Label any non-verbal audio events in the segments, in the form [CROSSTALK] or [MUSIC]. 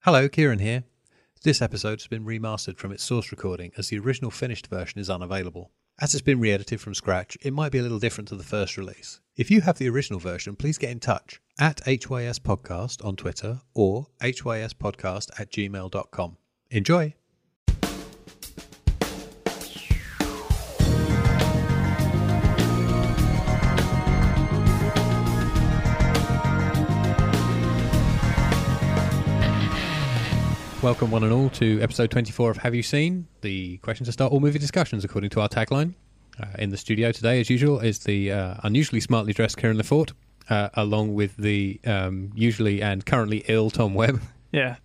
Hello, Kieran here. This episode has been remastered from its source recording as the original finished version is unavailable. As it's been re edited from scratch, it might be a little different to the first release. If you have the original version, please get in touch at HYS Podcast on Twitter or HYS Podcast at gmail.com. Enjoy! Welcome, one and all, to episode 24 of Have You Seen? The question to start all movie discussions, according to our tagline. Uh, in the studio today, as usual, is the uh, unusually smartly dressed Kieran Lefort, uh, along with the um, usually and currently ill Tom Webb. [LAUGHS] Yeah.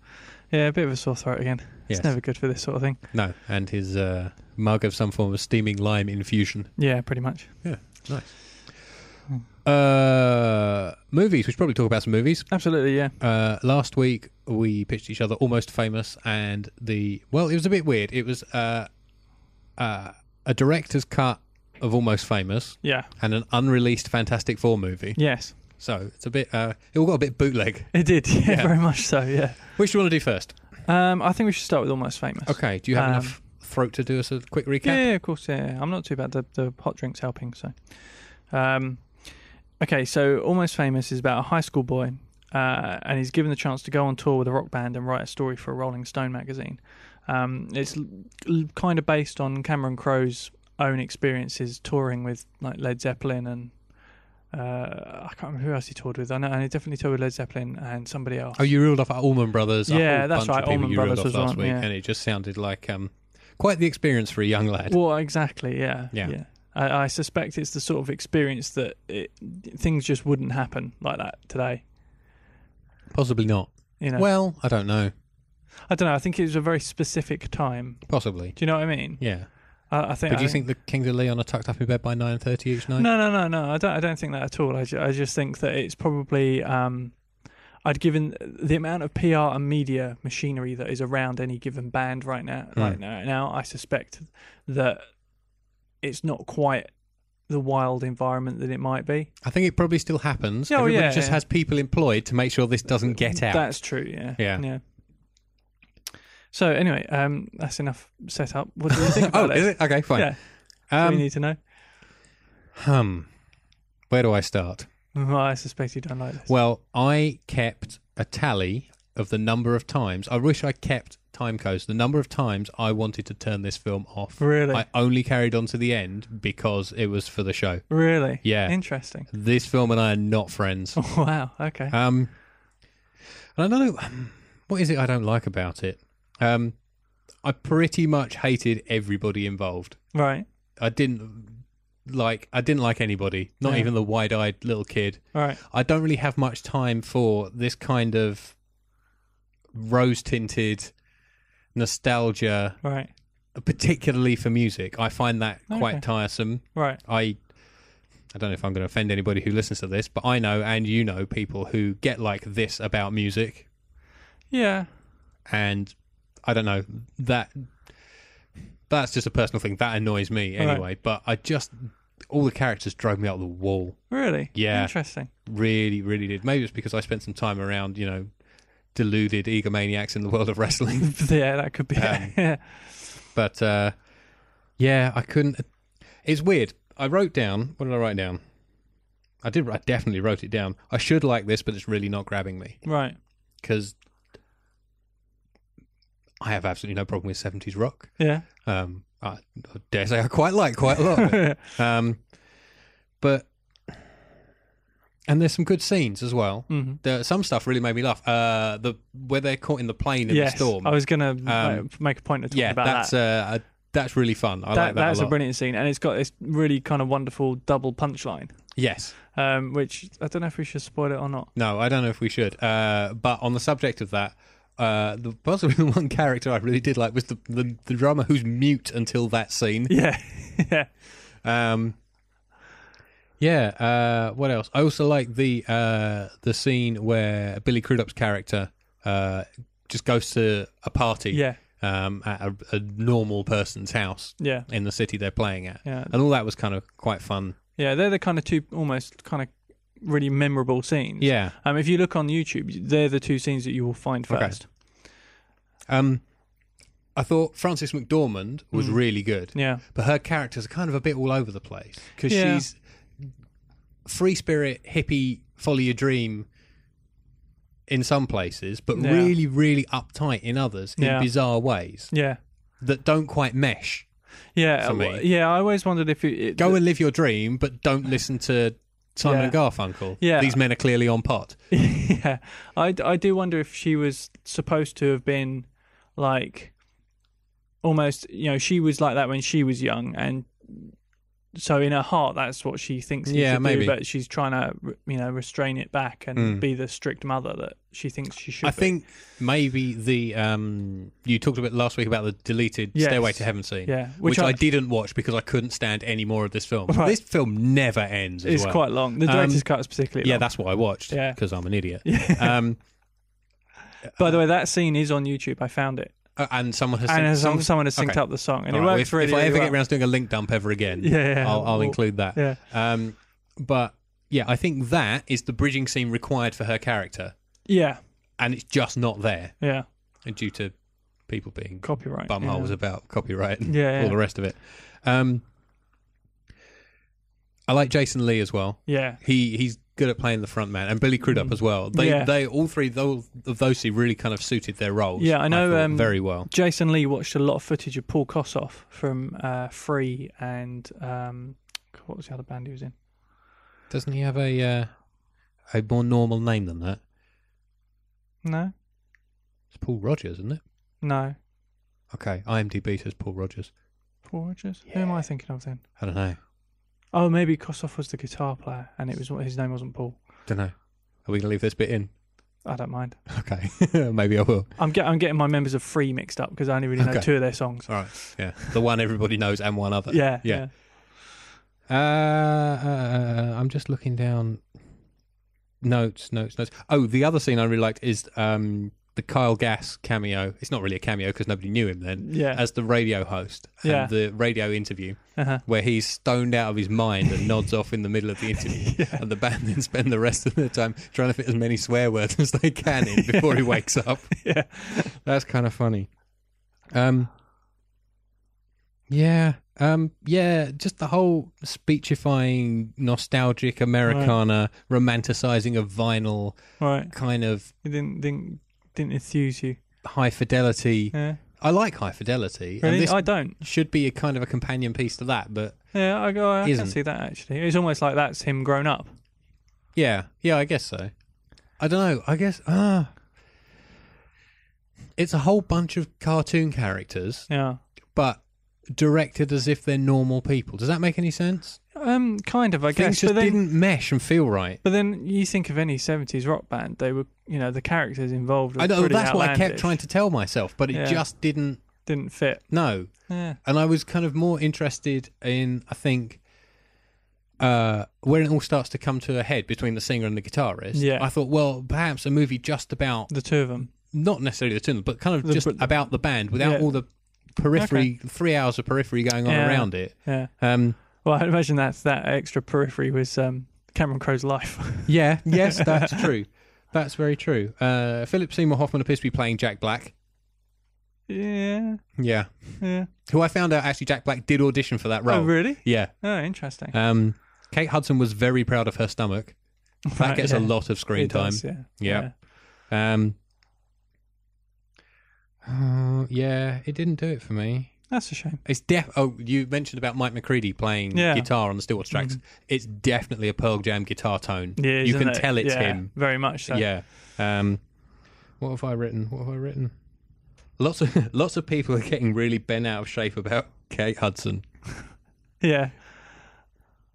Yeah, a bit of a sore throat again. Yes. It's never good for this sort of thing. No, and his uh, mug of some form of steaming lime infusion. Yeah, pretty much. Yeah, nice. Uh, movies. We should probably talk about some movies. Absolutely, yeah. Uh, last week we pitched each other almost famous, and the well, it was a bit weird. It was uh, uh, a director's cut of almost famous Yeah. and an unreleased Fantastic Four movie. Yes. So it's a bit. Uh, it all got a bit bootleg. It did. [LAUGHS] Yeah, Yeah. very much so, yeah. Which do you want to do first? Um, I think we should start with Almost Famous. Okay. Do you have Um, enough throat to do us a quick recap? Yeah, yeah, of course. Yeah, yeah. I'm not too bad. The, the hot drink's helping. So, um, okay. So, Almost Famous is about a high school boy, uh, and he's given the chance to go on tour with a rock band and write a story for a Rolling Stone magazine. Um, it's l- l- kind of based on Cameron Crowe's own experiences touring with like Led Zeppelin and uh, I can't remember who else he toured with. I know, and he definitely toured with Led Zeppelin and somebody else. Oh, you ruled off Allman Brothers. a Yeah, whole that's bunch of right, people Allman you ruled Brothers off was last on, week, yeah. and it just sounded like um, quite the experience for a young [LAUGHS] lad. Well, exactly. Yeah. Yeah. I, I suspect it's the sort of experience that it, things just wouldn't happen like that today. Possibly not. You know. Well, I don't know. I don't know. I think it was a very specific time. Possibly. Do you know what I mean? Yeah. I, I think. But do I you think the Kings of Leon are tucked up in bed by nine thirty each night? No, no, no, no. I don't. I don't think that at all. I, ju- I just think that it's probably. Um, I'd given the amount of PR and media machinery that is around any given band right now. Hmm. Right now, now I suspect that it's not quite the wild environment that it might be. I think it probably still happens. Oh, Everybody yeah, just yeah. has people employed to make sure this doesn't get out. That's true. Yeah. Yeah. So anyway, um, that's enough setup. What do you [LAUGHS] think oh, about is it? Okay, fine. Yeah. Um, we need to know. hum. Where do I start? Well, I suspect you don't like this. Well, I kept a tally of the number of times. I wish I kept time codes. The number of times I wanted to turn this film off. Really? I only carried on to the end because it was for the show. really? Yeah. Interesting. [LAUGHS] This film and I are not friends. Wow. Okay. Um, and I don't know what is it I don't like about it. Um, I pretty much hated everybody involved. right. I didn't like. I didn't like anybody. Not Yeah. even the wide-eyed little kid. All right. I don't really have much time for this kind of rose-tinted nostalgia, Right. particularly for music. I find that Okay. quite tiresome. Right. I I don't know if I'm going to offend anybody who listens to this, but I know and you know people who get like this about music Yeah. and I don't know that that's just a personal thing that annoys me Right. anyway, but I just all the characters drove me up the wall. Really. Yeah. Interesting. [LAUGHS] Really, really did. Maybe it's because I spent some time around, you know, deluded egomaniacs in the world of wrestling, yeah, that could be. Um, [LAUGHS] yeah. but uh yeah, I couldn't It's weird. I wrote down, what did I write down? I did I definitely wrote it down. I should like this, but it's really not grabbing me. Right. because I have absolutely no problem with seventies rock. Yeah. Um, I, I dare say I quite like quite a lot. Of [LAUGHS] it. um, but and there's some good scenes as well. hmm There, some stuff really made me laugh. Uh, the where they're caught in the plane in Yes. the storm. Um, I was gonna uh, make a point of talking yeah, about that's that. Uh, uh, that's really fun. I like that. that's a a lot. brilliant scene, and it's got this really kind of wonderful double punchline. Yes. um, which I don't know if we should spoil it or not. [LAUGHS] No, I don't know if we should. Uh, but on the subject of that, uh, the possibly the [LAUGHS] one character I really did like was the, the the drummer who's mute until that [LAUGHS] scene. Yeah, yeah, Um, yeah. Uh, what else? I also like the uh, the scene where Billy Crudup's character uh, just goes to a party yeah, um, at a, a normal person's house yeah, in the city they're playing at, yeah, and all that was kind of quite fun. yeah. They're the kind of two almost kind of really memorable scenes. Yeah. Um, if you look on YouTube, they're the two scenes that you will find Okay. first. Um, I thought Frances McDormand was Mm. really good, Yeah. but her characters are kind of a bit all over the place because Yeah. she's free spirit, hippie, follow your dream in some places, but Yeah. really, really uptight in others Yeah. in bizarre ways Yeah. that don't quite mesh. Yeah. For uh, me. Yeah. I always wondered if it, it [LAUGHS] Go and live your dream, but don't listen to Simon Yeah. and Garfunkel. Yeah. These men are clearly on pot. yeah, I, I do wonder if she was supposed to have been like almost, you know, she was like that when she was young, and so in her heart, that's what she thinks. You Yeah, should maybe. Mm. Do, but she's trying to, you know, restrain it back and be the strict mother that she thinks she should. I be. think maybe the um, you talked about last week about the deleted Yes. Stairway to Heaven scene, Yeah, which which, I- I, didn't watch because I couldn't stand any more of this film. Right. This film never ends. as it's well. quite long. The Um, director's cut is particularly yeah. long. That's what I watched Yeah. because I'm an idiot. [LAUGHS] Yeah. Um, By the way, that scene is on YouTube. I found it, uh, and someone has and synced has- songs. someone has synced Okay. up the song, All and it right, well, works if, really. if I ever really get well. around to doing a link dump ever again, [LAUGHS] Yeah, yeah, I'll, I'll we'll- include that. yeah, Um, but yeah, I think that is the bridging scene required for her character, yeah, and it's just not there yeah, due to people being copyright. yeah. bumholes about copyright and Yeah, yeah. all the rest of it. Um, I like Jason Lee as well. Yeah, He he's good at playing the front man, and Billy Crudup as well. They Mm. Yeah. they all three tho- of those two really kind of suited their roles. Yeah, I know, thought, um, very well. Jason Lee watched a lot of footage of Paul Kossoff from uh, Free and um, God, what was the other band he was in? Doesn't he have a uh, a more normal name than that? No, It's Paul Rogers, isn't it? no, Okay, IMDb says Paul Rogers. Paul Rogers. Who am I thinking of then? I don't know. Oh, maybe Kossoff was the guitar player, and it was his name wasn't Paul. Don't know. Are we gonna leave this bit in? [LAUGHS] I don't mind. Okay, [LAUGHS] maybe I will. I'm get, I'm getting my members of Free mixed up because I only really know Okay. two of their songs. All right. Yeah, the one everybody knows and one other. Yeah, yeah. yeah, Uh, uh, I'm just looking down notes, notes, notes. Oh, the other scene I really liked is um, the Kyle Gass cameo. It's not really a cameo because nobody knew him then. Yeah. As the radio host and Yeah. the radio interview Uh-huh. [LAUGHS] where he's stoned out of his mind and nods off in the middle of the interview. And the band then spend the rest of their time trying to fit as many swear words as they can in before he wakes [LAUGHS] up. yeah. That's kind of funny. Um, yeah, um, yeah, just the whole speechifying, nostalgic Americana, romanticizing of vinyl, Right. kind of It didn't didn't didn't enthuse you. high fidelity. Yeah. I like high fidelity, Really? and this I don't. should be a kind of a companion piece to that. But Yeah, I go. I can Isn't. see that actually. It's almost like that's him grown up. yeah, yeah, I guess so. I don't know. I guess ah, it's a whole bunch of cartoon characters, Yeah. but directed as if they're normal people. Does that make any sense? Um, kind of, I things guess. just but then, didn't mesh and feel right. but then you think of any '70s rock band, they were, you know, the characters involved. Were I know pretty that's what I kept outlandish, trying to tell myself, but it Yeah. just didn't. Didn't fit. No, Yeah, and I was kind of more interested in I think uh, where it all starts to come to a head between the singer and the guitarist. Yeah. I thought, well, perhaps a movie just about the two of them. not necessarily the tunnel, but kind of The- just but- about the band without Yeah. all the periphery, three hours of periphery going on Yeah. around it. Yeah. Um, Well, [LAUGHS] I imagine that's that extra periphery was um, Cameron Crowe's life. [LAUGHS] yeah, yes, [LAUGHS] that's true. That's very true. Uh, Philip Seymour Hoffman appears to be playing Jack Black. yeah. Yeah. Yeah. who I found out actually Jack Black did audition for that role. Oh, really? Yeah. Oh, interesting. Um, Kate Hudson was very proud of her stomach. That Right, gets a yeah. lot of screen It time. does, yeah. Yeah. Um, uh, yeah, it didn't do it for me. That's a shame. It's def. Oh, you mentioned about Mike McCready playing Yeah. Mm-hmm. guitar on the Stillwater tracks. It's definitely a Pearl Jam guitar tone. Yeah. you isn't can it? tell it's Yeah, him. Very much so. Yeah. Um, what have I written? What have I written? Lots of [LAUGHS] lots of people are getting really bent out of shape about Kate Hudson. Yeah.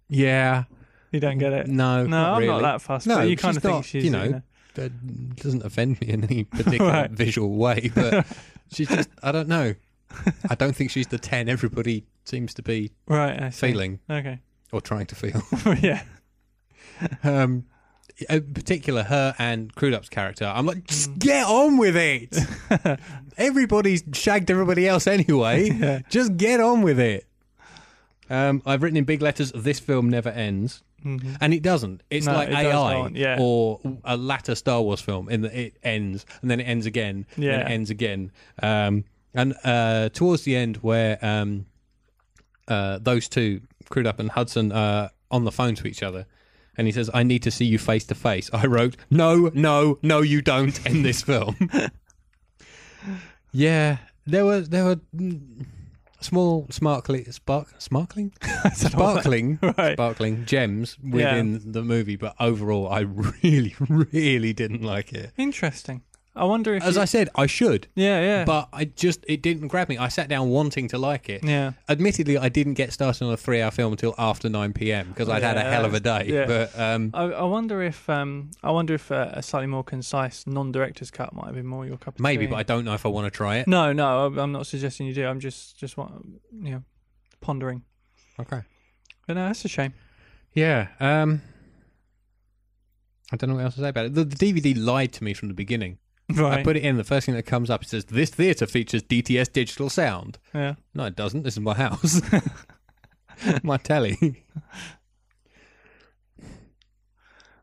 Yeah, You don't get it. No, No, not I'm really. not that fussed. No, but you kind she's of think not, she's, you know, that doesn't offend me in [LAUGHS] any particular Right. visual way, [LAUGHS] but she's just, I don't know. I don't think she's the 10 everybody seems to be Right. I see. feeling Okay. [LAUGHS] or trying to feel. yeah. Um, in particular, her and Crudup's character, I'm like, Mm. just get on with [LAUGHS] it. Everybody's shagged everybody else [LAUGHS] anyway. Just get on with it. Um, I've written in big letters, this film never ends. Mhm. and it doesn't. It's No, like it does AI not, yeah. or a latter Star Wars film in that it ends and then it ends again, and Yeah. then it ends again. Um, and uh, towards the end, where um, uh, those two, Crudup and Hudson, are on the phone to each other. And he says, I need to see you face to face. I wrote, No, no, no, you don't end this film. [LAUGHS] yeah. There were there were mm, small smarkly spark [LAUGHS] sparkling [LAUGHS] sparkling Right. sparkling gems within the movie, but overall I [LAUGHS] really, really didn't like it. Interesting. I wonder if. As you- I said, I should. yeah, yeah. But I just it didn't grab me. I sat down wanting to like it. yeah. Admittedly, I didn't get started on a three-hour film until after nine p.m. because I'd had a Yeah, hell of a day. yeah. But um, I, I wonder if um, I wonder if uh, a slightly more concise non-director's cut might have been more your cup of maybe, tea. but I don't know if I want to try it. no, no, I'm- I'm not suggesting you do. I'm just just want you know pondering. Okay. But no, that's a shame. Yeah. Um, I don't know what else to say about it. The, the DVD lied to me from the beginning. [LAUGHS] I Right. put it in. The first thing that comes up it says this theater features DTS digital sound. yeah. No, it doesn't. This is my house. [LAUGHS] my telly.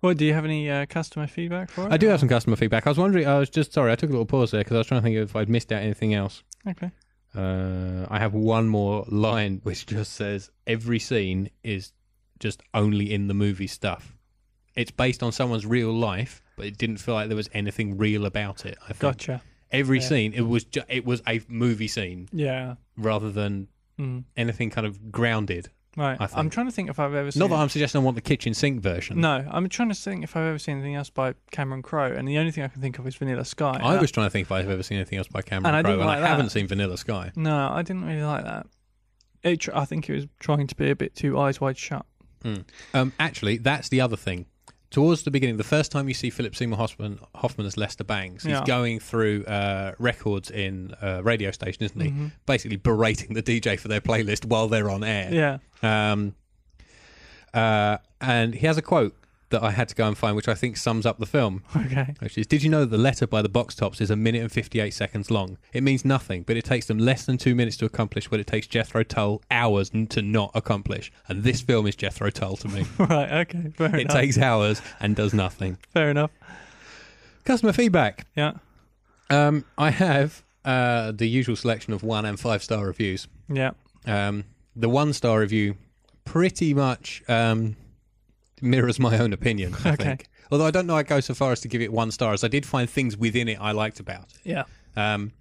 Well, do you have any uh, customer feedback for it? I do have some customer feedback. I was wondering. I was just sorry. I took a little pause there because I was trying to think if I'd missed out anything else. Okay. Uh, I have one more line which just says every scene is just only in the movie stuff. It's based on someone's real life, but it didn't feel like there was anything real about it. I think Gotcha. every Yeah. scene it was ju- it was a movie scene Yeah. rather than Mm. anything kind of grounded. Right. I I'm think. trying to think if I've ever seen. Not that I'm suggesting I want the kitchen sink version. no, I'm trying to think if I've ever seen anything else by Cameron Crowe, and the only thing I can think of is Vanilla Sky. I Uh, was trying to think if I've ever seen anything else by Cameron And I Crowe, didn't and like I that. haven't seen Vanilla Sky. No, I didn't really like that. It tr- I think it was trying to be a bit too eyes wide shut. Um, actually, that's the other thing. Towards the beginning, the first time you see Philip Seymour Hoffman, Hoffman as Lester Bangs, he's Yeah. going through uh, records in a radio station, isn't Mm-hmm. he? Basically berating the DJ for their playlist while they're on air. Yeah. Um, uh, and he has a quote that I had to go and find, which I think sums up the film. [LAUGHS] Okay. Which is, did you know the letter by the box tops is a minute and 58 seconds long? It means nothing, but it takes them less than two minutes to accomplish what it takes Jethro Tull hours n- to not accomplish. And this film is Jethro Tull to me. Right. Okay. [LAUGHS] Fair it enough. takes hours and does nothing. Fair enough. Customer feedback. Yeah. Um, I have uh, the usual selection of one and five star reviews. Yeah. Um, the one star review pretty much um, mirrors my own opinion, I [LAUGHS] Okay. think. Although I don't know I go so far as to give it one star, as I did find things within it I liked about it. Yeah. Um,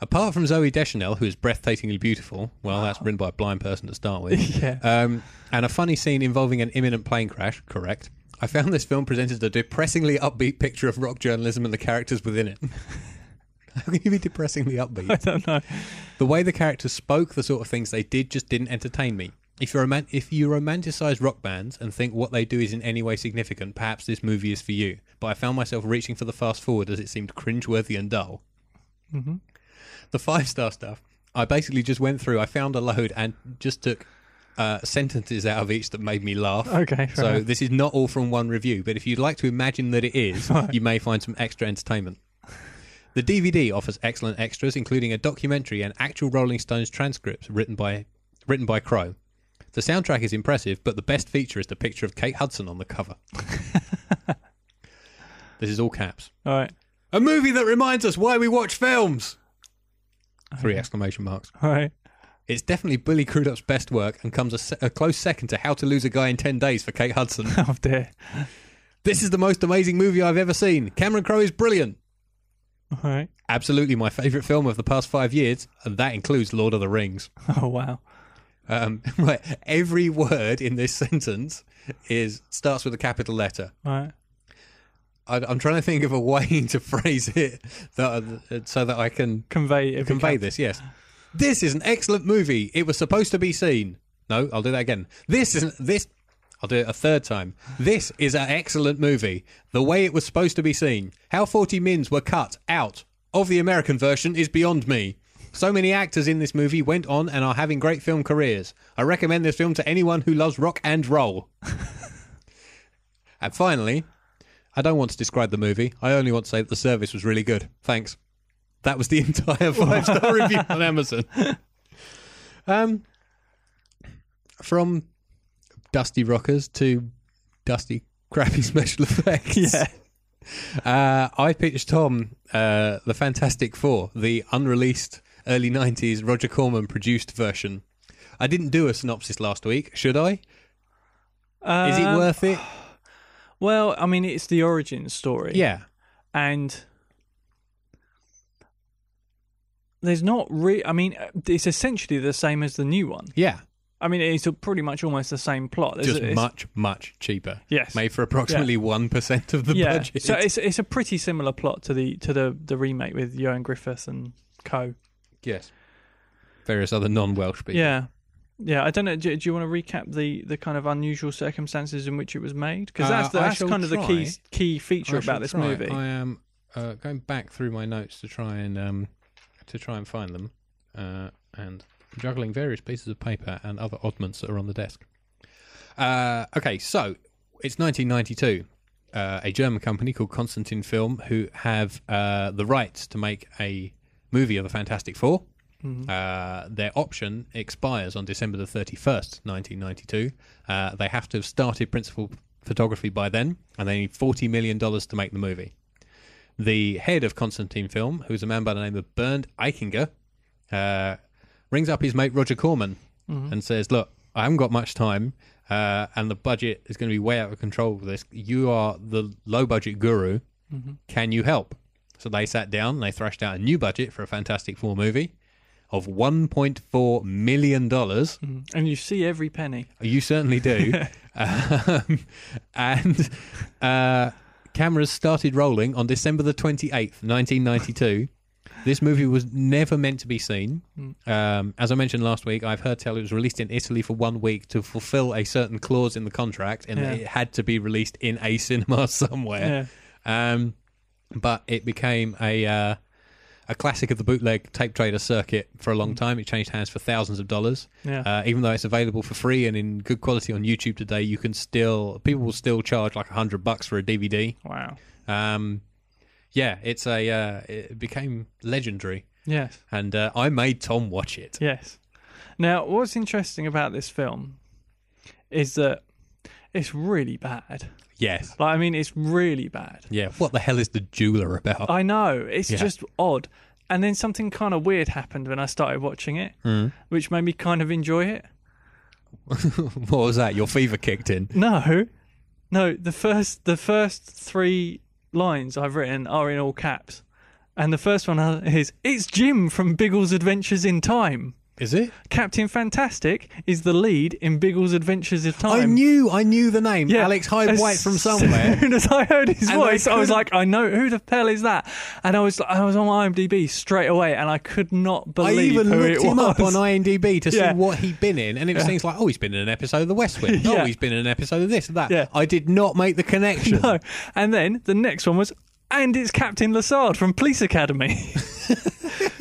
apart from Zoe Deschanel, who is breathtakingly beautiful, well, that's written by a blind person to start with, [LAUGHS] Yeah. um, and a funny scene involving an imminent plane crash, correct. I found this film presented a depressingly upbeat picture of rock journalism and the characters within it. [LAUGHS] How can you be depressingly [LAUGHS] I upbeat? don't know. The way the characters spoke, the sort of things they did, just didn't entertain me. If you, roman- if you romanticize rock bands and think what they do is in any way significant, perhaps this movie is for you. But I found myself reaching for the fast forward as it seemed cringeworthy and dull the five star stuff, I basically just went through. I found a load and just took uh, sentences out of each that made me laugh. Okay. Fair So enough. this is not all from one review, but if you'd like to imagine that it [LAUGHS] is, you may find some extra entertainment. The DVD offers excellent extras, including a documentary and actual Rolling Stones transcripts written by written by Crow. The soundtrack is impressive, but the best feature is the picture of Kate Hudson on the cover. [LAUGHS] this is all caps. All right. [LAUGHS] A movie that reminds us why we watch films. Three exclamation marks. All right. [LAUGHS] It's definitely Billy Crudup's best work and comes a, se- a close second to How to Lose a Guy in 10 Days for Kate Hudson. Oh dear. this is the most amazing movie I've ever seen. Cameron Crowe is brilliant. All right. [LAUGHS] Absolutely my favourite film of the past five years, and that includes Lord of the Rings. [LAUGHS] Oh wow. Um, right, every word in this [LAUGHS] sentence is starts with a capital letter. All right. I, I'm trying to think of a way [LAUGHS] to phrase it that, uh, so that I can Convey. If convey this, yes. This is an excellent movie. It was supposed to be seen. No, I'll do that again. This isn't this I'll do it a third time. This is an excellent movie. The way it was supposed to be seen. How 40 mins were cut out of the American version is beyond me. So many actors in this movie went on and are having great film careers. I recommend this film to anyone who loves rock and roll. [LAUGHS] and finally, I don't want to describe the movie. I only want to say that the service was really good. Thanks. That was the [LAUGHS] entire five [LAUGHS] star review on Amazon. Um, from dusty rockers to dusty crappy special effects. [LAUGHS] Yeah. Uh, I pitched Tom uh, the Fantastic Four, the unreleased early 90s Roger Corman produced version. I didn't do a synopsis last week. Should I? Is it Um, worth [SIGHS] it? Well, I mean, it's the origin story. Yeah. and there's not re I mean, it's essentially the same as the new one. Yeah. I mean, it's pretty much almost the same plot. There's Just a- it's- much, much cheaper. Yes. Made for approximately 1% of the yeah. budget. [LAUGHS] So it's it's a pretty similar plot to the to the the remake with Johan Griffiths and co. yes. Various other non Welsh people. Yeah. Yeah, I don't know. Do, do you want to recap the, the kind of unusual circumstances in which it was made? Because that's, Uh, the I that's shall kind of the key try. key feature I shall about this try. movie. I am uh, going back through my notes to try and um, to try and find them, uh, and juggling various pieces of paper and other oddments that are on the desk. Uh, okay, so it's 1992. Uh, a German company called Constantin Film, who have uh, the rights to make a movie of the Fantastic 4 Uh, their option expires on December the 31st, 1992. Uh, they have to have started principal photography by then, and they need $40 million to make the movie the head of Constantine Film, who's a man by the name of Bernd Eichinger, uh, rings up his mate Roger Corman and says, "Look, I haven't got much time, uh, and the budget is going to be way out of control with this. You are the low-budget guru. Can you help?" So they sat down and they thrashed out a new budget for a Fantastic Four movie of 1.4 million dollars. Mhm. And you see every penny. You certainly do. um, and uh, cameras started rolling on December the 28th, 1992. This movie was never meant to be seen. Um, as I mentioned last week, I've heard tell it was released in Italy for one week to fulfill a certain clause in the contract, and Yeah. it had to be released in a cinema [LAUGHS] somewhere. Um, but it became a uh, a classic of the bootleg tape trader circuit for a long time. It changed hands for thousands of dollars. Yeah. [LAUGHS] Uh, even though it's available for free and in good quality on YouTube today, you can still people will still charge like a hundred bucks for a DVD. Wow. Um, yeah, it's a uh, it became legendary, Yes. and uh, I made Tom watch [LAUGHS] it. Yes. Now, what's interesting about this film is that it's really bad. Yes, Like, I mean, it's really bad. yeah. What the hell is the jeweler [LAUGHS] about? I know it's Yeah. just odd. And then something kind of weird happened when I started watching it, Mm. which made me kind of enjoy it. what was that? Your fever kicked in. No, no. The first, the first three lines I've written are in all caps, and the first one [LAUGHS] is "It's Jim from Biggles Adventures in Time." Is it? Captain Fantastic is the lead in Biggles Adventures in Time. I knew, I knew the name, Alex Hyde as White from somewhere. [LAUGHS] As soon as I heard his And I voice, I, was couldn't- like, I know who the hell is that? And I was I was on IMDb straight away, and I could not I believe even who looked it him was. up on [LAUGHS] IMDb to Yeah. see what he'd been in, and it was things like, "Oh, he's been in an episode of The West [LAUGHS] Wing. Oh, Yeah. he's been in an episode of this and that." Yeah. I did not make the connection. [LAUGHS] No. And then the next one was, and it's Captain Lassard from Police Academy. [LAUGHS]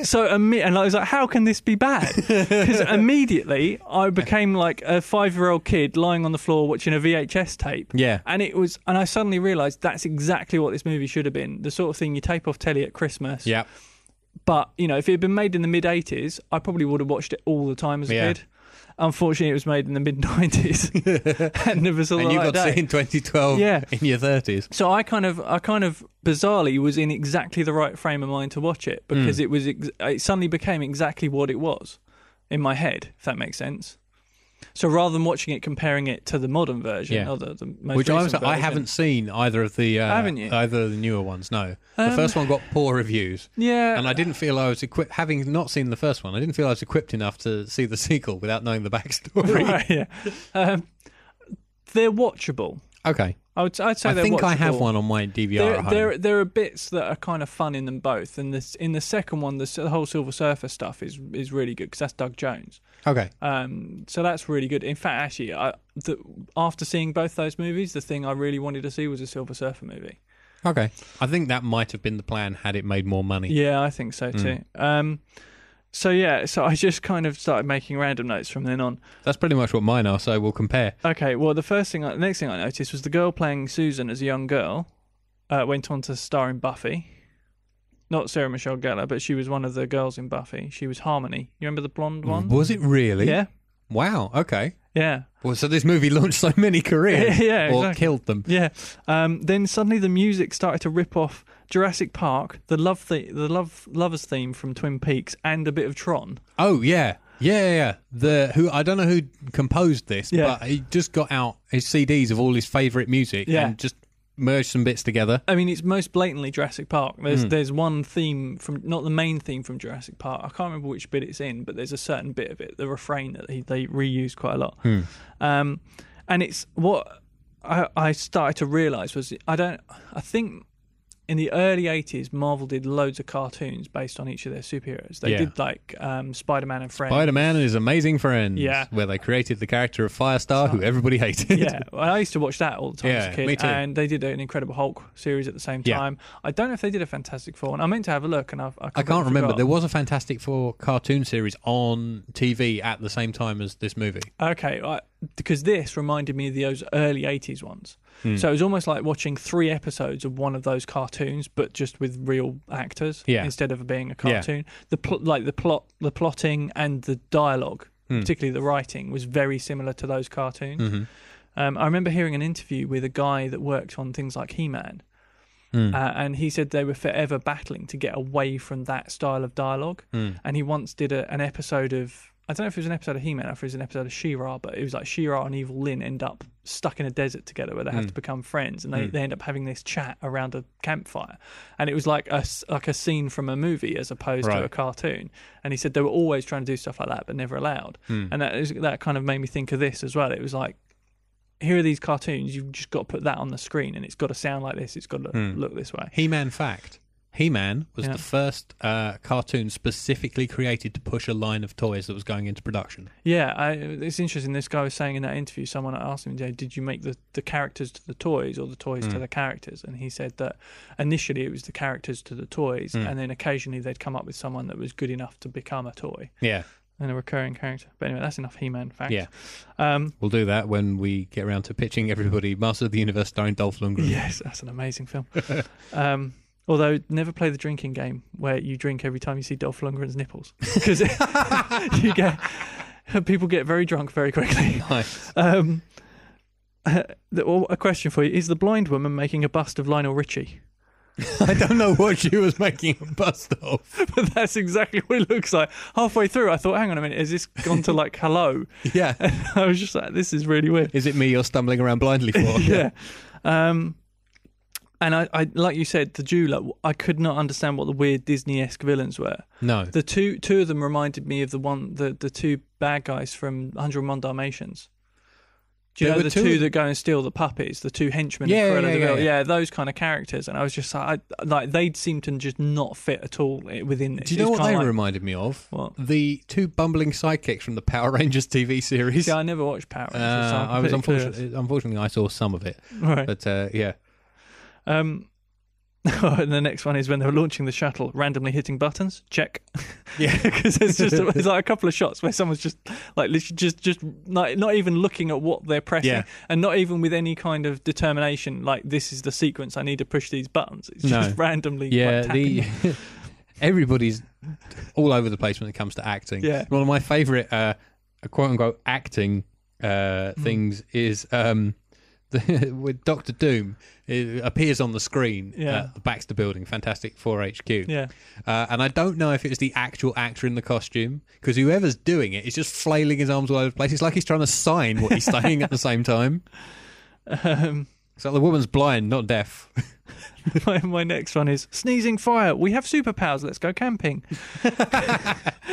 so imme- and I was like, how can this be bad? [LAUGHS] Because immediately I became like a five-year-old kid lying on the floor watching a VHS tape. Yeah. and it was, and I suddenly realised that's exactly what this movie should have been—the sort of thing you tape off telly at Christmas. Yeah, But you know, if it had been made in the mid '80s, I probably would have watched it all the time as a Yeah. kid. Unfortunately, it was made in the mid [LAUGHS] '90s. and never saw the and you light got of to day. see in 2012 Yeah. in your 30s. So I kind of, I kind of bizarrely was in exactly the right frame of mind to watch it Hmm. because it was, ex- it suddenly became exactly what it was in my head, if that makes sense. So rather than watching it, comparing it to the modern version, Yeah. or the, the most Which I was, recent I version- haven't seen either of the uh, Haven't you? either of the newer ones. No, the Um, first one got poor reviews. Yeah, And I didn't feel I was equipped, having not seen the first one, I didn't feel I was equipped enough to see the [LAUGHS] sequel without knowing the backstory. [LAUGHS] right, yeah. Um, they're watchable. Okay. I would, I'd say I they're think I have watchable. one on my DVR There, at home. there, there are bits that are kind of fun in them both, and this in the second one, the, s- the whole Silver Surfer stuff is is really good because that's Doug Jones. okay. Um, so that's really good. In fact, actually, I, the, after seeing both those movies, the thing I really wanted to see was a Silver Surfer movie. Okay. I think that might have been the plan had it made more money. Yeah, I think so too. Um, so yeah, so I just kind of started making random notes from then on. That's pretty much what mine are, so we'll compare. Okay, well, the first thing, I, the next thing I noticed was the girl playing Susan as a young girl uh, went on to star in Buffy. Not Sarah Michelle Gellar, but she was one of the girls in Buffy. She was Harmony. You remember the blonde one? Was it really? Yeah. Wow. Okay. Yeah. Well, so this movie launched so many careers, [LAUGHS] Yeah, or exactly. killed them. Yeah. Um, then suddenly the music started to rip off Jurassic Park, the love the, the love lovers theme from Twin Peaks, and a bit of Tron. Oh yeah, yeah, yeah, yeah. The who I don't know who composed this, Yeah. but he just got out his CDs of all his favorite music Yeah. and just merged some bits together. I mean, it's most blatantly Jurassic Park. There's there's one theme from not the main theme from Jurassic Park. I can't remember which bit it's in, but there's a certain bit of it, the refrain that he, they reuse quite a lot. Um, and it's what I, I started to realise was I don't. I think in the early '80s, Marvel did loads of cartoons based on each of their superheroes. They Yeah. did like um, Spider-Man and Friends. Spider Man and his amazing friends. Yeah. Where they created the character of Firestar, who everybody hated. [LAUGHS] yeah, well, I used to watch that all the time as a Yeah, kid. me too. And they did an Incredible Hulk series at the same Yeah. time. I don't know if they did a Fantastic Four, and I meant to have a look, and I've, I, I can't remember. There forgot. was a Fantastic Four cartoon series on TV at the same time as this movie. Okay, I, because this reminded me of those early '80s ones. Hmm. So it was almost like watching three episodes of one of those cartoons, but just with real actors Yeah. instead of being a Yeah. cartoon. The pl- like the plot, the plotting, and the dialogue, Hmm. particularly the writing, was very similar to those cartoons. Mm-hmm. Um, I remember hearing an interview with a guy that worked on things like He-Man, uh, and he said they were forever battling to get away from that style of dialogue. And he once did a, an episode of I don't know if it was an episode of He-Man or if it was an episode of She-Ra, but it was like She-Ra and Evil Lyn end up stuck in a desert together where they have to become friends, and they, they end up having this chat around a campfire. And it was like a s- like a scene from a movie as opposed to Right. a cartoon. And he said they were always trying to do stuff like that, but never allowed. And that is, that kind of made me think of this as well. It was like here are these cartoons. You've just got to put that on the screen, and it's got to sound like this. It's got to look this way. He Man fact. He Man was Yeah. the first uh, cartoon specifically created to push a line of toys that was going into production. Yeah, I, it's interesting. This guy was saying in that interview, someone asked him, "Yeah, "Did you make the, the characters to the toys or the toys to the characters?" And he said that initially it was the characters to the toys, and then occasionally they'd come up with someone that was good enough to become a toy Yeah. and a recurring character. But anyway, that's enough He-Man facts. Yeah. Um, [LAUGHS] We'll do that when we get around to pitching everybody Master of the Universe starring Dolph Lundgren. Yes, that's an amazing film. um, although, never play the drinking game where you drink every time you see Dolph Lundgren's nipples because [LAUGHS] you get [LAUGHS] people get very drunk very quickly. Nice. Um, [LAUGHS] the- well, a question for you: Is the blind woman making a bust of Lionel Richie? [LAUGHS] I don't know what she was making a bust of. But that's exactly what it looks like. Halfway through, I thought, "Hang on a minute, has this gone to like hello?" [LAUGHS] Yeah. I was just like, "This is really [LAUGHS] weird." Is it me you're stumbling around blindly for? [LAUGHS] yeah. Um, and I, I, like you said, the jeweler. I could not understand what the weird Disney-esque villains were. No. The two, two of them reminded me of the one, the the two bad guys from 101 Dalmatians. Do you There know were the two, two of- that go and steal the puppies, the two henchmen? Yeah, of Cruella yeah, de Vil? yeah, yeah. those kind of characters. And I was just like, I, like they seemed to just not fit at all within this. Do you know It's what kinda they like- reminded me of? What? The two bumbling sidekicks from the Power Rangers TV series. Yeah, I never watched Power Rangers. so Uh, I'm I was completely unfortunately, unfortunately, I saw some of it, clueless. Right. but uh, [LAUGHS] yeah, Um, [LAUGHS] and the next one is when they were launching the shuttle, randomly hitting buttons. Check. yeah, because it's just it's like a couple of shots where someone's just like literally just just not, not even looking at what they're pressing Yeah. and not even with any kind of determination like this is the sequence I need to push these buttons it's No. just randomly yeah. like, tapping The [LAUGHS] everybody's all over the place when it comes to acting. Yeah. one of my favourite uh, quote unquote acting uh, Hmm. things is um, [LAUGHS] the, with Doctor Doom it appears on the screen Yeah. at the Baxter Building, Fantastic Four HQ. yeah [LAUGHS] Uh, and I don't know if it's the actual actor in the costume because whoever's doing it is just flailing his arms all over the place. It's like he's trying to sign what he's saying at the same time. [LAUGHS] um, It's like the woman's blind, not deaf. [LAUGHS] my, my next one is sneezing fire we have superpowers let's [LAUGHS] go camping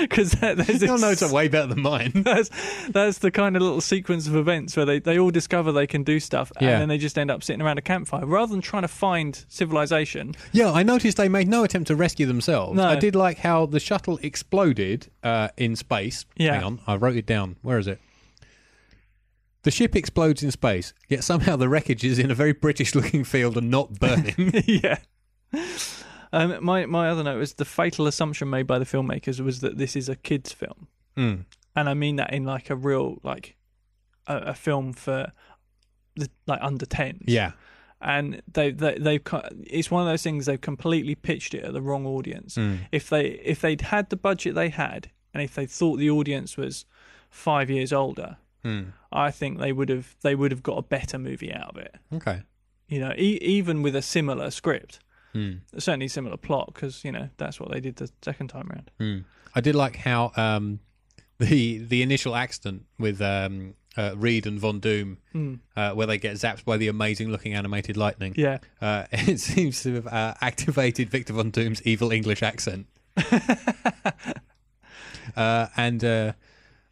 because there's Your this [LAUGHS] notes are way better than mine. that's that's the kind of little sequence of events where they, they all discover they can do stuff Yeah. and then they just end up sitting around a campfire rather than trying to find civilization yeah, I noticed they made no attempt to rescue themselves. No. I did like how the shuttle exploded uh, in space. Yeah. Hang on, I wrote it down. Where is it? The ship explodes in space, yet somehow the wreckage is in a very British looking field and not [LAUGHS] burning. yeah. Um, my my other note was the fatal assumption made by the filmmakers was that this is a kids' film, Mm. and I mean that in like a real like a, a film for the, like under ten. Yeah. and they they they've co- it's one of those things they've completely pitched it at the wrong Hmm. audience. If they if they'd had the budget they had, and if they thought the audience was five years older, Hmm. I think they would have they would have got a better movie out of it. Okay. You know, e- even with a similar script, Hmm. certainly similar plot, because you know that's what they did the second time around. Hmm. I did like how um, the the initial accident with um, uh, Reed and Von Doom, Hmm. uh, where they get zapped by the amazing looking animated lightning. Yeah, Uh, [LAUGHS] it seems to have uh, activated Victor Von Doom's evil English [LAUGHS] accent. uh, and uh,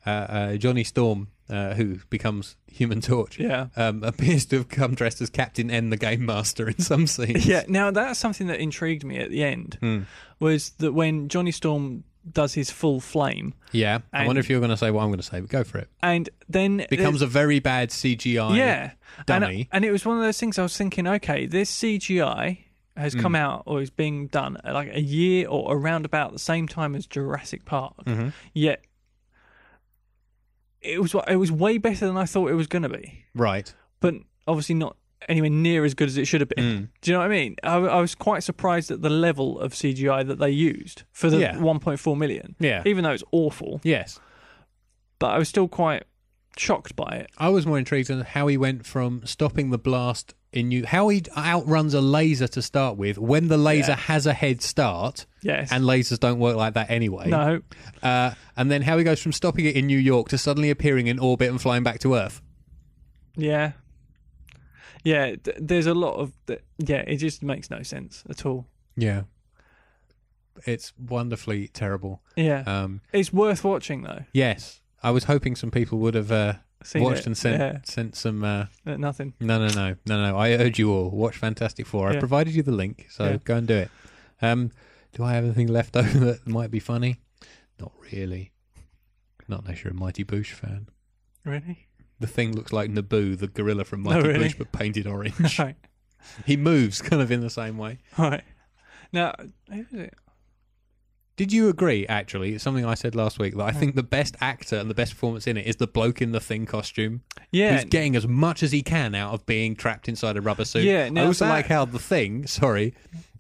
uh, uh, Johnny Storm, uh, who becomes Human Torch, yeah, um, [LAUGHS] appears to have come dressed as Captain N, the Game Master, in some scenes. yeah. Now that's something that intrigued me at the end Hmm. was that when Johnny Storm does his full flame, Yeah. I And- wonder if you're going to say what I'm going to say, but go for it. and then Becomes a very bad CGI. yeah, dummy. And, and it was one of those things I was thinking, okay, this CGI has Hmm. come out or is being done at like a year or around about the same time as Jurassic Park. Mm-hmm. Yet it was it was way better than I thought it was going to be, Right. but obviously not anywhere near as good as it should have Hmm. been. Do you know what I mean? I, I was quite surprised at the level of CGI that they used for the Yeah. 1.4 million. Yeah. Even though it's awful, Yes. but I was still quite shocked by it. I was more intrigued on how he went from stopping the blast in New, how he outruns a laser to start with when the laser has a head start, Yes. and lasers don't work like that anyway. no. Uh, and then how he goes from stopping it in New York to suddenly appearing in orbit and flying back to Earth. Yeah. Yeah, th- there's a lot of th- yeah, it just makes no sense at all. Yeah. It's wonderfully terrible. Yeah. Um, it's worth watching though. yes, I was hoping some people would have uh, Seen watched it, and sent yeah. sent some. Uh, Uh, Nothing. No, no, no, no, no. I urge you all watch Fantastic Four. I've Yeah. provided you the link, so Yeah. go and do it. Um, do I have anything left over [LAUGHS] that might be funny? Not really. Not unless you're a Mighty Boosh fan. [LAUGHS] Really? The thing looks like Naboo, the gorilla from Mighty Oh, really? Boosh, but painted orange. [LAUGHS] right. he moves kind of in the same way. Right. Now, who is it? Did you agree? Actually, it's something I said last week Hmm. that I think the best actor and the best performance in it is the bloke in the thing costume. Yeah. He's getting as much as he can out of being trapped inside a rubber suit. Yeah, I now also that- like how the thing, [LAUGHS] sorry,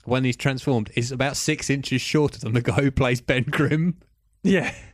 when he's transformed, is about six inches shorter than the guy who plays Ben Grimm. Yeah. [LAUGHS]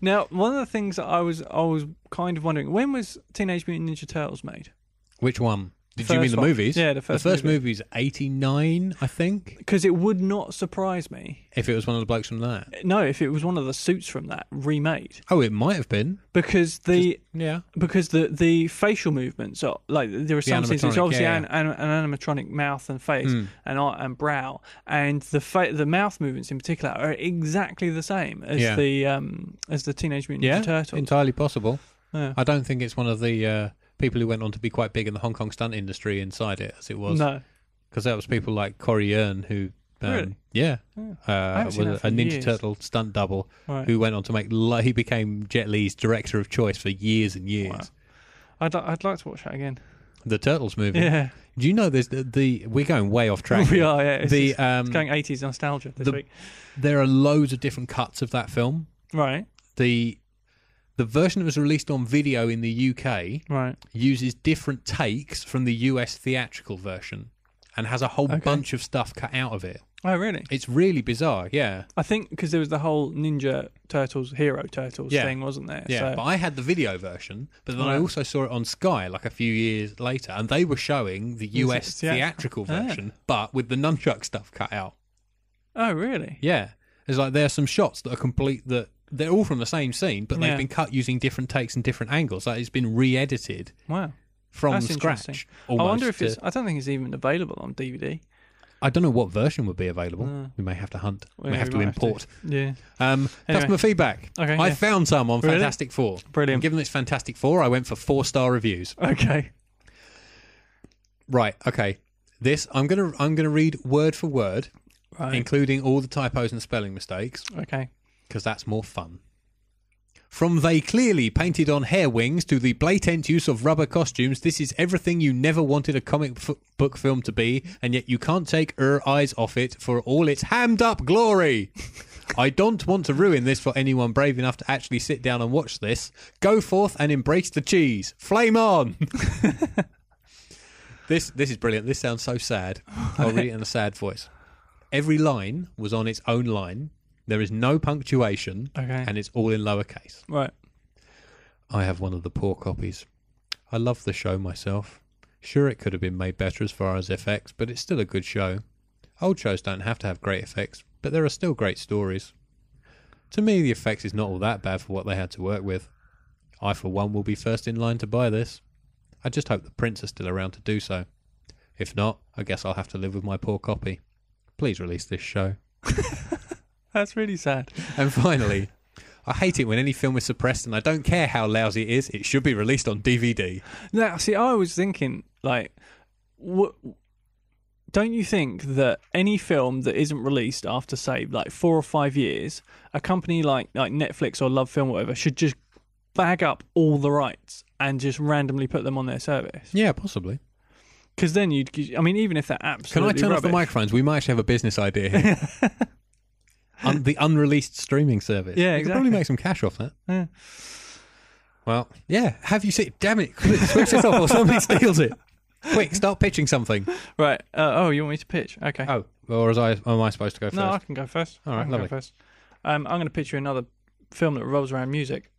Now, one of the things that I was I was kind of wondering when was Teenage Mutant Ninja Turtles made? Which one? Did you mean First the one. movies? Yeah, the first The first movie. movie's 89, I think, Because it would not surprise me. if it was one of the blokes from that. No, if it was one of the suits from that remade, Oh, it might have been. because the Yeah. because the the facial movements are like there are some scenes it's animatronic, obviously yeah, Hmm. an, an, an animatronic mouth and face and eye and brow and the fa- the mouth movements in particular are exactly the same as Yeah. the um as the teenage mutant Yeah. Ninja turtles Entirely possible. Yeah. I don't think it's one of the uh, people who went on to be quite big in the Hong Kong stunt industry inside it, as it was. no because that was people like Corey Earn who, um, Really? yeah, uh, haven't was seen a that for Ninja years. Turtle stunt double Right. who went on to make. lo- He became Jet Li's director of choice for years and years. I'd, li- I'd like to watch that again The Turtles movie. yeah Do you know there's the, the we're going way off track. [LAUGHS] we here. are yeah it's, The, it's- um, it's going 80s nostalgia this the- week There are loads of different cuts of that film. right The the version that was released on video in the UK right uses different takes from the US theatrical version and has a whole bunch of stuff cut out of it. oh really It's really bizarre, yeah. I think because there was the whole Ninja Turtles Hero Turtles Yeah. thing wasn't there Yeah, so, but I had the video version, but then I Right. also saw it on Sky like a few years later, and they were showing the it US theat- theatrical Ah. version, but with the nunchuck stuff cut out. oh really Yeah, it's like there are some shots that are complete that they're all from the same scene, but they've Yeah. been cut using different takes and different angles. Like it's been re-edited wow from That's interesting. scratch. Almost I wonder if to- it's. I don't think it's even available on DVD. I don't know what version would be available. we may have to hunt. we may Uh. Yeah, have to might import. Yeah. Um, Anyway. Customer feedback. Okay, I yeah. found some on Really? Fantastic Four. Brilliant. And given it's Fantastic Four, I went for four star reviews. [LAUGHS] Okay. Right. Okay. This I'm gonna I'm gonna read word for word, Right. including all the typos and spelling mistakes, okay. because that's more fun. From they clearly painted on hair wings to the blatant use of rubber costumes, this is everything you never wanted a comic f- book film to be, and yet you can't take your eyes off it for all its hammed up glory. I don't want to ruin this for anyone brave enough to actually sit down and watch this. Go forth and embrace the cheese. Flame on! this this is brilliant. This sounds so sad. I'll read it in a sad voice. Every line was on its own line. There is no punctuation, Okay. and it's all in lowercase. Right. I have one of the poor copies. I love the show myself. Sure, it could have been made better as far as FX, but it's still a good show. Old shows don't have to have great effects, but there are still great stories. To me, the effects is not all that bad for what they had to work with. I, for one, will be first in line to buy this. I just hope the prints are still around to do so. If not, I guess I'll have to live with my poor copy. Please release this show. That's really sad. And finally, [LAUGHS] I hate it when any film is suppressed, and I don't care how lousy it is, it should be released on DVD. Now, see, I was thinking, like, what? Don't you think that any film that isn't released after, say, like four or five years, a company like like Netflix or Love Film, or whatever, should just bag up all the rights and just randomly put them on their service? Yeah, possibly. Because then you'd, I mean, even if they're Can I absolutely turn off the rubbish- microphones? We might actually have a business idea here. [LAUGHS] Un- the unreleased streaming service. Yeah, We could probably exactly. make some cash off that. Yeah. Well, yeah. Have you seen? Damn it! Switch this off, or somebody steals it. Quick, start pitching something. Right. Uh, oh, you want me to pitch? Okay. Oh, or as I am I supposed to go first? no, I can go first. All right, I can lovely. Go first. Um, I'm going to pitch you another film that revolves around music.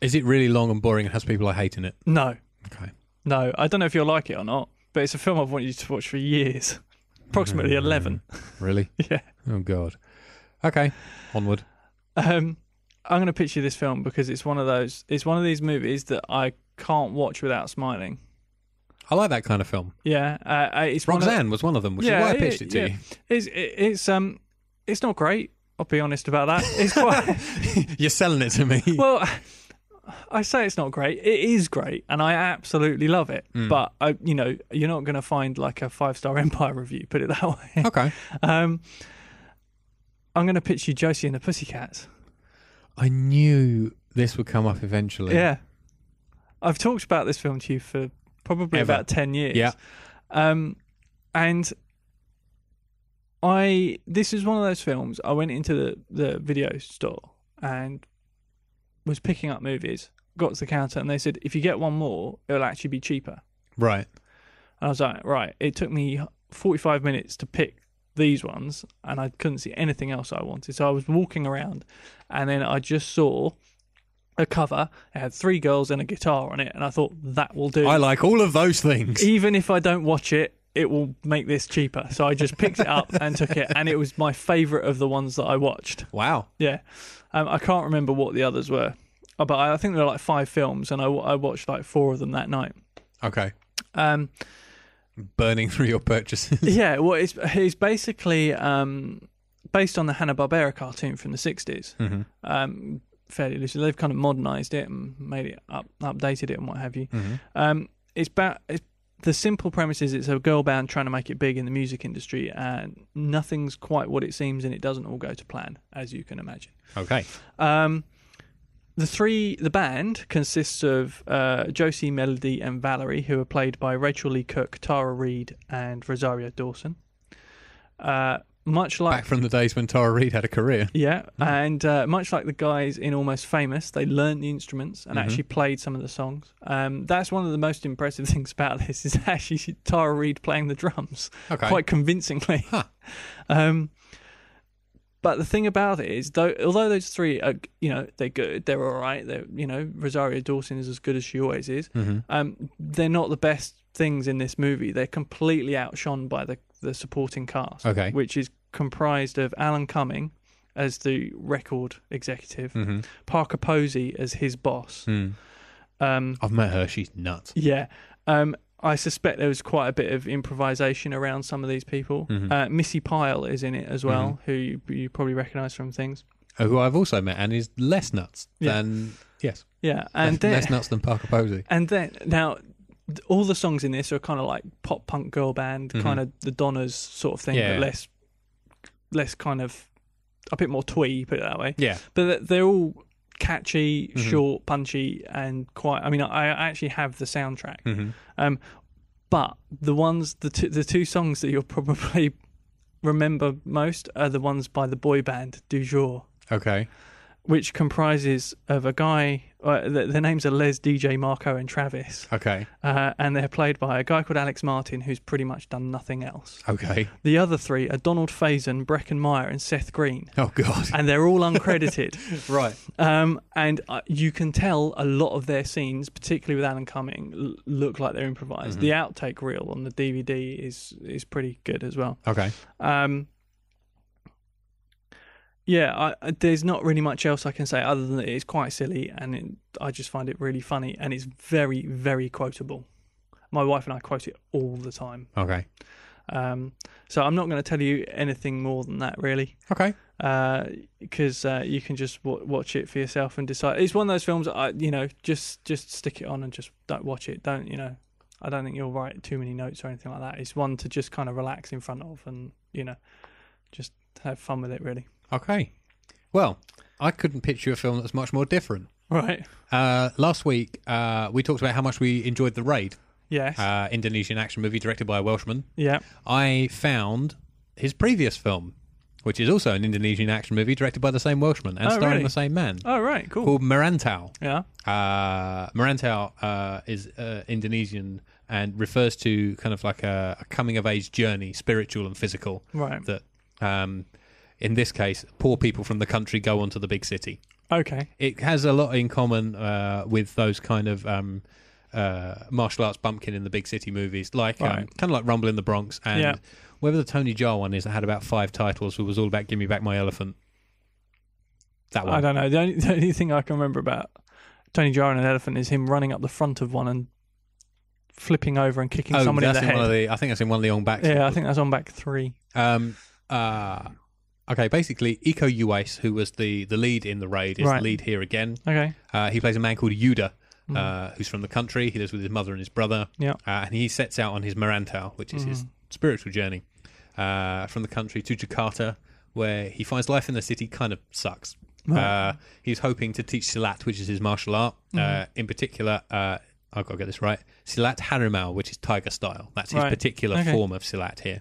Is it really long and boring and has people I hate in it? No, Okay. no. I don't know if you'll like it or not, but it's a film I've wanted you to watch for years. Approximately Mm. 11. Really? [LAUGHS] yeah. Oh God. Okay. Onward. Um, I'm going to pitch you this film because it's one of those, it's one of these movies that I can't watch without smiling. I like that kind of film. Yeah. Uh, uh, it's one of- Roxanne was one of them, which is why I pitched it to yeah. It's, it- it's, um, it's not great. I'll be honest about that. [LAUGHS] It's quite, you. You're selling it to me. well i say it's not great it is great and i absolutely love it Mm. but I, you know you're not going to find like a five star [LAUGHS] empire review put it that way okay. um i'm going to pitch you josie and the pussycats I knew this would come up eventually. yeah i've talked about this film to you for probably Ever. about 10 years Yeah. um and i this is one of those films i went into the the video store and was picking up movies got to the counter and they said if you get one more it'll actually be cheaper Right. and i was like right it took me 45 minutes to pick these ones and i couldn't see anything else i wanted so i was walking around and then i just saw a cover it had three girls and a guitar on it and i thought that will do I like all of those things. even if I don't watch it, it will make this cheaper. So I just picked it up and took it, and it was my favourite of the ones that I watched. Wow. Yeah, um, I can't remember what the others were, uh, but I, I think there were like five films, and I, wa- I watched like four of them that night. Okay. Um, Burning through your purchases. [LAUGHS] yeah, well, it's it's basically um, based on the Hanna Barbera cartoon from the 60s Mhm. Um, fairly loosely, they've kind of modernised it and made it up, updated it and what have you. Um, it's about it's, the simple premise is it's a girl band trying to make it big in the music industry, and nothing's quite what it seems, and it doesn't all go to plan, as you can imagine. Okay. Um, the three, the band consists of uh, Josie, Melody, and Valerie, who are played by Rachel Lee Cook, Tara Reid, and Rosario Dawson. Uh, much like Back from the days when Tara Reid had a career. yeah, and uh, much like the guys in Almost Famous, they learned the instruments and actually played some of the songs. Um, that's one of the most impressive [LAUGHS] things about this is actually Tara Reid playing the drums Okay. quite convincingly. Huh. [LAUGHS] Um, but the thing about it is, though, although those three are, you know, they're good, they're all right. They're, you know, Rosario Dawson is as good as she always is. Mm-hmm. Um, they're not the best things in this movie. They're completely outshone by the the supporting cast, Okay. which is comprised of Alan Cumming as the record executive, Mm-hmm. Parker Posey as his boss. Hmm. Um, I've met her. She's nuts. yeah. Um, I suspect there was quite a bit of improvisation around some of these people. Uh, Missy Pyle is in it as well, who you, you probably recognise from things. Uh, Who I've also met and is less nuts Yeah. than. Yes. Yeah, and less, then less nuts than Parker Posey. and then now, th- all the songs in this are kind of like pop punk girl band, kind of the Donners sort of thing, Yeah. but less, less kind of a bit more twee, put it that way. Yeah. but th- they're all catchy, short, punchy, and quite. I mean, I I actually have the soundtrack. Um, but the ones, the two, the two songs that you'll [LAUGHS] probably remember most are the ones by the boy band Du Jour. Okay. which comprises of a guy. Uh, the, their names are Les, DJ, Marco, and Travis, Okay. uh, and they're played by a guy called Alex Martin, who's pretty much done nothing else. Okay. The other three are Donald Faison, Brecken Meyer, and Seth Green, Oh God. and they're all uncredited. right. Um, and uh, you can tell a lot of their scenes, particularly with Alan Cumming, l- look like they're improvised. The outtake reel on the DVD is is pretty good as well. Okay. Um, yeah, I- I, there's not really much else I can say other than it's quite silly, and it, I just find it really funny, and it's very, very quotable. My wife and I quote it all the time. Okay. Um, so I'm not going to tell you anything more than that, really Okay. because uh, you can just w- watch it for yourself and decide. It's one of those films. I, you know, just just stick it on and just don't watch it. Don't you know? I don't think you'll write too many notes or anything like that. It's one to just kind of relax in front of and you know, just have fun with it. Really, [LAUGHS] Okay. Well, I couldn't pitch you a film that's much more different. right? Uh, last week, uh, we talked about how much we enjoyed The Raid, Yes. uh, Indonesian action movie directed by a Welshman. yeah. I found his previous film, which is also an Indonesian action movie directed by the same Welshman and Oh, starring really? the same man, Oh right. Cool. called Merantau. Yeah. Uh, Merantau uh, is uh, Indonesian and refers to kind of like a, a coming of age journey, spiritual and physical, Right. that um, in this case, poor people from the country go on to the big city Okay. it has a lot in common uh, with those kind of um, uh, martial arts bumpkin in the big city movies, like um, Right. kind of like Rumble in the Bronx and Yeah. whether the Tony Jaa one is that had about five titles, it was all about "Give Me Back My Elephant." That I one. don't know. The only, [LAUGHS] the only thing I can remember about Tony Jar and an elephant is him running up the front of one and flipping over and kicking Oh, someone in that's the in, head. one of the. I think that's in one of the on backs. [LAUGHS] yeah, I think that's on back three. Um, uh, okay, basically, Iko Uwais, who was the the lead in the raid, is Right. the lead here again. Okay. Uh, he plays a man called Yuda, uh, who's from the country. He lives with his mother and his brother. Mm-hmm. Yeah. Mm-hmm. Uh, and he sets out on his Marantau, which is his spiritual journey uh, from the country to Jakarta, where he finds life in the city kind of sucks. Uh, he's hoping to teach Silat, which is his martial art. Uh, Mm-hmm. in particular, uh, I've got to get this right Silat Harimal, which is tiger style. That's his Right. particular Okay. form of Silat here.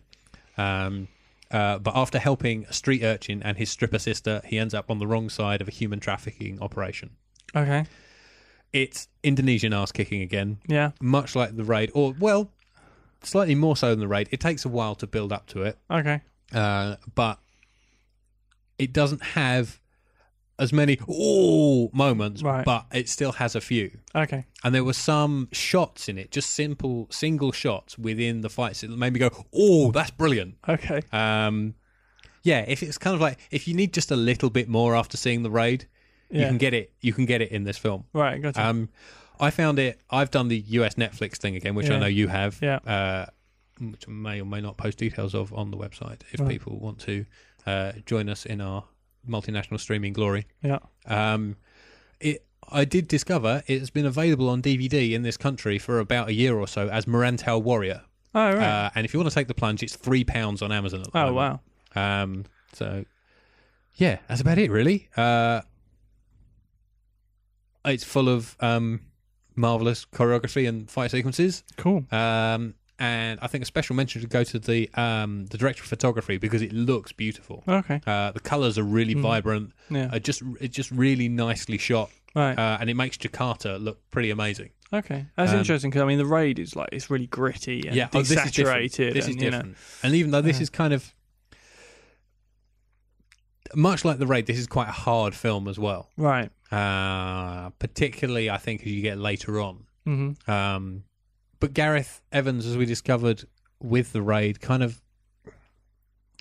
Um, uh, but after helping a street urchin and his stripper sister, he ends up on the wrong side of a human trafficking operation Okay. it's Indonesian ass kicking again, Yeah. much like the raid, or well, slightly more so than the raid. It takes a while to build up to it, Okay. uh, but it doesn't have as many ooh moments, Right. but it still has a few. Okay. And there were some shots in it, just simple single shots within the fights that made me go, "Oh, that's brilliant." Okay. Um, yeah, if it's kind of like if you need just a little bit more after seeing the raid, you Yeah. can get it. You can get it in this film. Right. Gotcha. Um, I found it. I've done the US Netflix thing again, which I Yeah. know you have. Yeah. Uh, which I may or may not post details of on the website if Right. people want to uh, join us in our multinational streaming glory. yeah. Um, it. I did discover it's been available on DVD in this country for about a year or so as Morantel Warrior. Oh right. Uh, and if you want to take the plunge, it's three pounds on Amazon. At the oh moment. wow. Um, so, yeah, that's about it, really. Uh, it's full of um, marvelous choreography and fight sequences. Cool. Um, and I think a special mention should go to the um, the director of photography because it looks beautiful. Okay. Uh, the colours are really vibrant. Yeah. Uh, just it's just really nicely shot, Right. uh, and it makes Jakarta look pretty amazing. okay. That's interesting because I mean the raid is like it's really gritty and um, yeah, oh, this is different. desaturated. This and, is you know- different. And even though this is kind of much like the raid, this is quite a hard film as well. Right. Uh, particularly, I think as you get later on. hmm Um, but Gareth Evans, as we discovered with the raid, kind of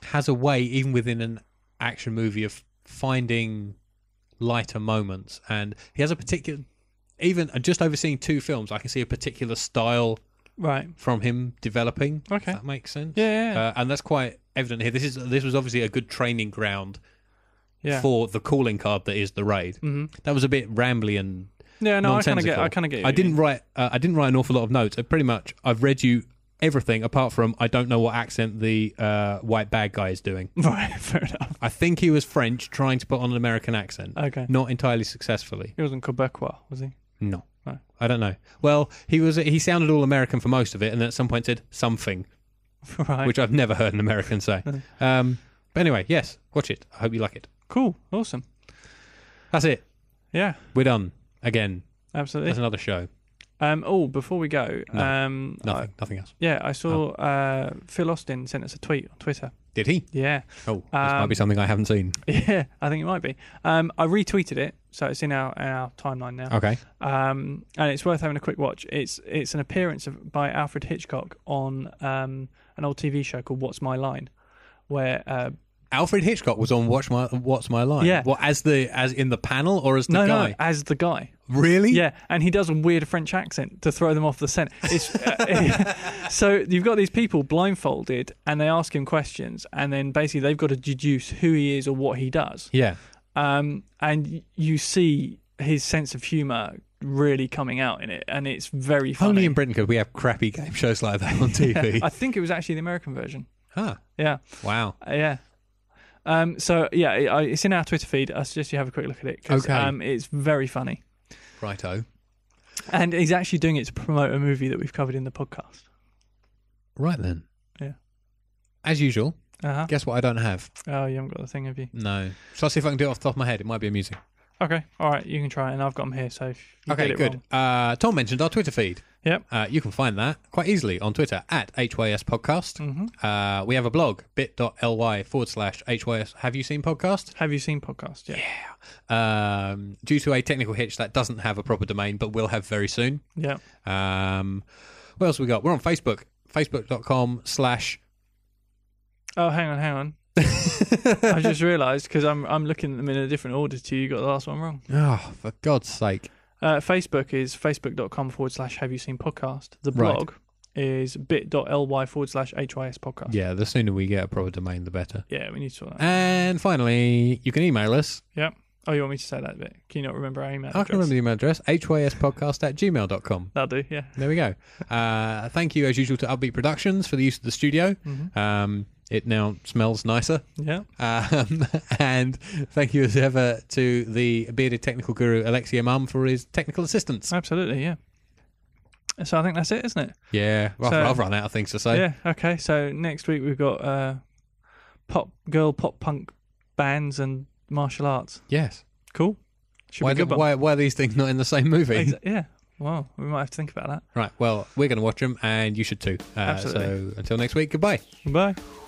has a way, even within an action movie, of finding lighter moments, and he has a particular. Even uh, just overseeing two films, I can see a particular style Right. from him developing. if Okay. that makes sense. Yeah. Yeah. yeah. Uh, and that's quite evident here. This is this was obviously a good training ground yeah. for the calling card that is the raid. Mhm. That was a bit rambly and Yeah, No, I kind of get. nonsensical. I kind of get. I you. [LAUGHS] didn't write. Uh, I didn't write an awful lot of notes. I pretty much I've read you everything apart from I don't know what accent the uh, white bag guy is doing. Right. Fair enough. I think he was French, trying to put on an American accent, Okay. not entirely successfully. He wasn't Quebecois, was he? [LAUGHS] No. No. I don't know. Well, he was. He sounded all American for most of it, and then at some point said something, right. which I've never heard an [LAUGHS] American say. Um, but anyway, yes, watch it. I hope you like it. cool. Awesome. That's it. Yeah, We're done. Again, absolutely. that's another show. Um, oh, before we go, No, um, I- Nothing. nothing else. yeah, I saw uh, Phil Austin sent us a tweet on Twitter. Did he? Yeah, Oh, this might be Um, something I haven't seen. [LAUGHS] yeah, I think it might be. Um, I retweeted it, so it's in our, our timeline now. Okay. um, and it's worth having a quick watch. It's it's an appearance of, by Alfred Hitchcock on um, an old TV show called What's My Line, where uh, Alfred Hitchcock was on Watch My What's My Line. Yeah. What as the as in the panel or as the no guy? no as the guy Really? yeah, and he does a weird French accent to throw them off the scent. It's, uh, [LAUGHS] so you've got these people blindfolded and they ask him questions, and then basically they've got to deduce who he is or what he does. Yeah. um, and y- you see his sense of humor really coming out in it, and it's very funny. Only in Britain could we have crappy game shows like that on TV. I think it was actually the American version. [LAUGHS] ah, Yeah, wow. uh, yeah. Um, so yeah, it, I- it's in our Twitter feed. I suggest you have a quick look at it 'cause, Okay. um, it's very funny, Righto. and he's actually doing it to promote a movie that we've covered in the podcast. Right then. Yeah. As usual, Uh huh. guess what I don't have? Oh, you haven't got the thing, have you? No. Shall I see if I can do it off the top of my head? It might be amusing. Okay, all right, you can try, it, and I've got them here. So if you Okay, get it good. wrong- Uh, Tom mentioned our Twitter feed. Yep. Uh, you can find that quite easily on Twitter at HYS Podcast. Mm-hmm. Mm. Uh, we have a blog, bit.ly forward slash HYS Have You Seen Podcast. Have you seen podcast? Yeah. Yeah. Um, due to a technical hitch, that doesn't have a proper domain, but will have very soon. Um, what else we got? We're on Facebook, facebook.com slash. [LAUGHS] Oh, hang on, hang on. [LAUGHS] I just realised because I'm I'm looking at them in a different order to you. You got the last one wrong. Oh, for God's sake. Uh, Facebook is facebook.com forward slash Have You Seen Podcast. The Right. blog is bit.ly forward slash HYS Podcast. Yeah, the sooner we get a proper domain, the better. Yeah, we need to sort that. out. And finally, you can email us. yeah. Oh, you want me to say that bit? Can you not remember our email I can address? remember the email address, hyspodcast at gmail.com. That'll do. Yeah. There we go. Uh, thank you, as usual, to Upbeat Productions for the use of the studio. Mm-hmm. Um, it now smells nicer. Yeah. Um, [LAUGHS] and thank you, as ever, to the bearded technical guru, Alexia Mum, for his technical assistance. Absolutely. Yeah. So I think that's it, isn't it? Yeah, I've, So- I've run out of things to say. yeah. Okay. So next week we've got uh, pop girl, pop punk bands, and martial arts. Yes. Cool. Should Why, be a good do- one. why, why are these things not in the same movie? Exa- yeah. Wow. We might have to think about Right. Well, we're going to watch them, and you should too. Uh, Absolutely. So until next week, goodbye. that. Bye.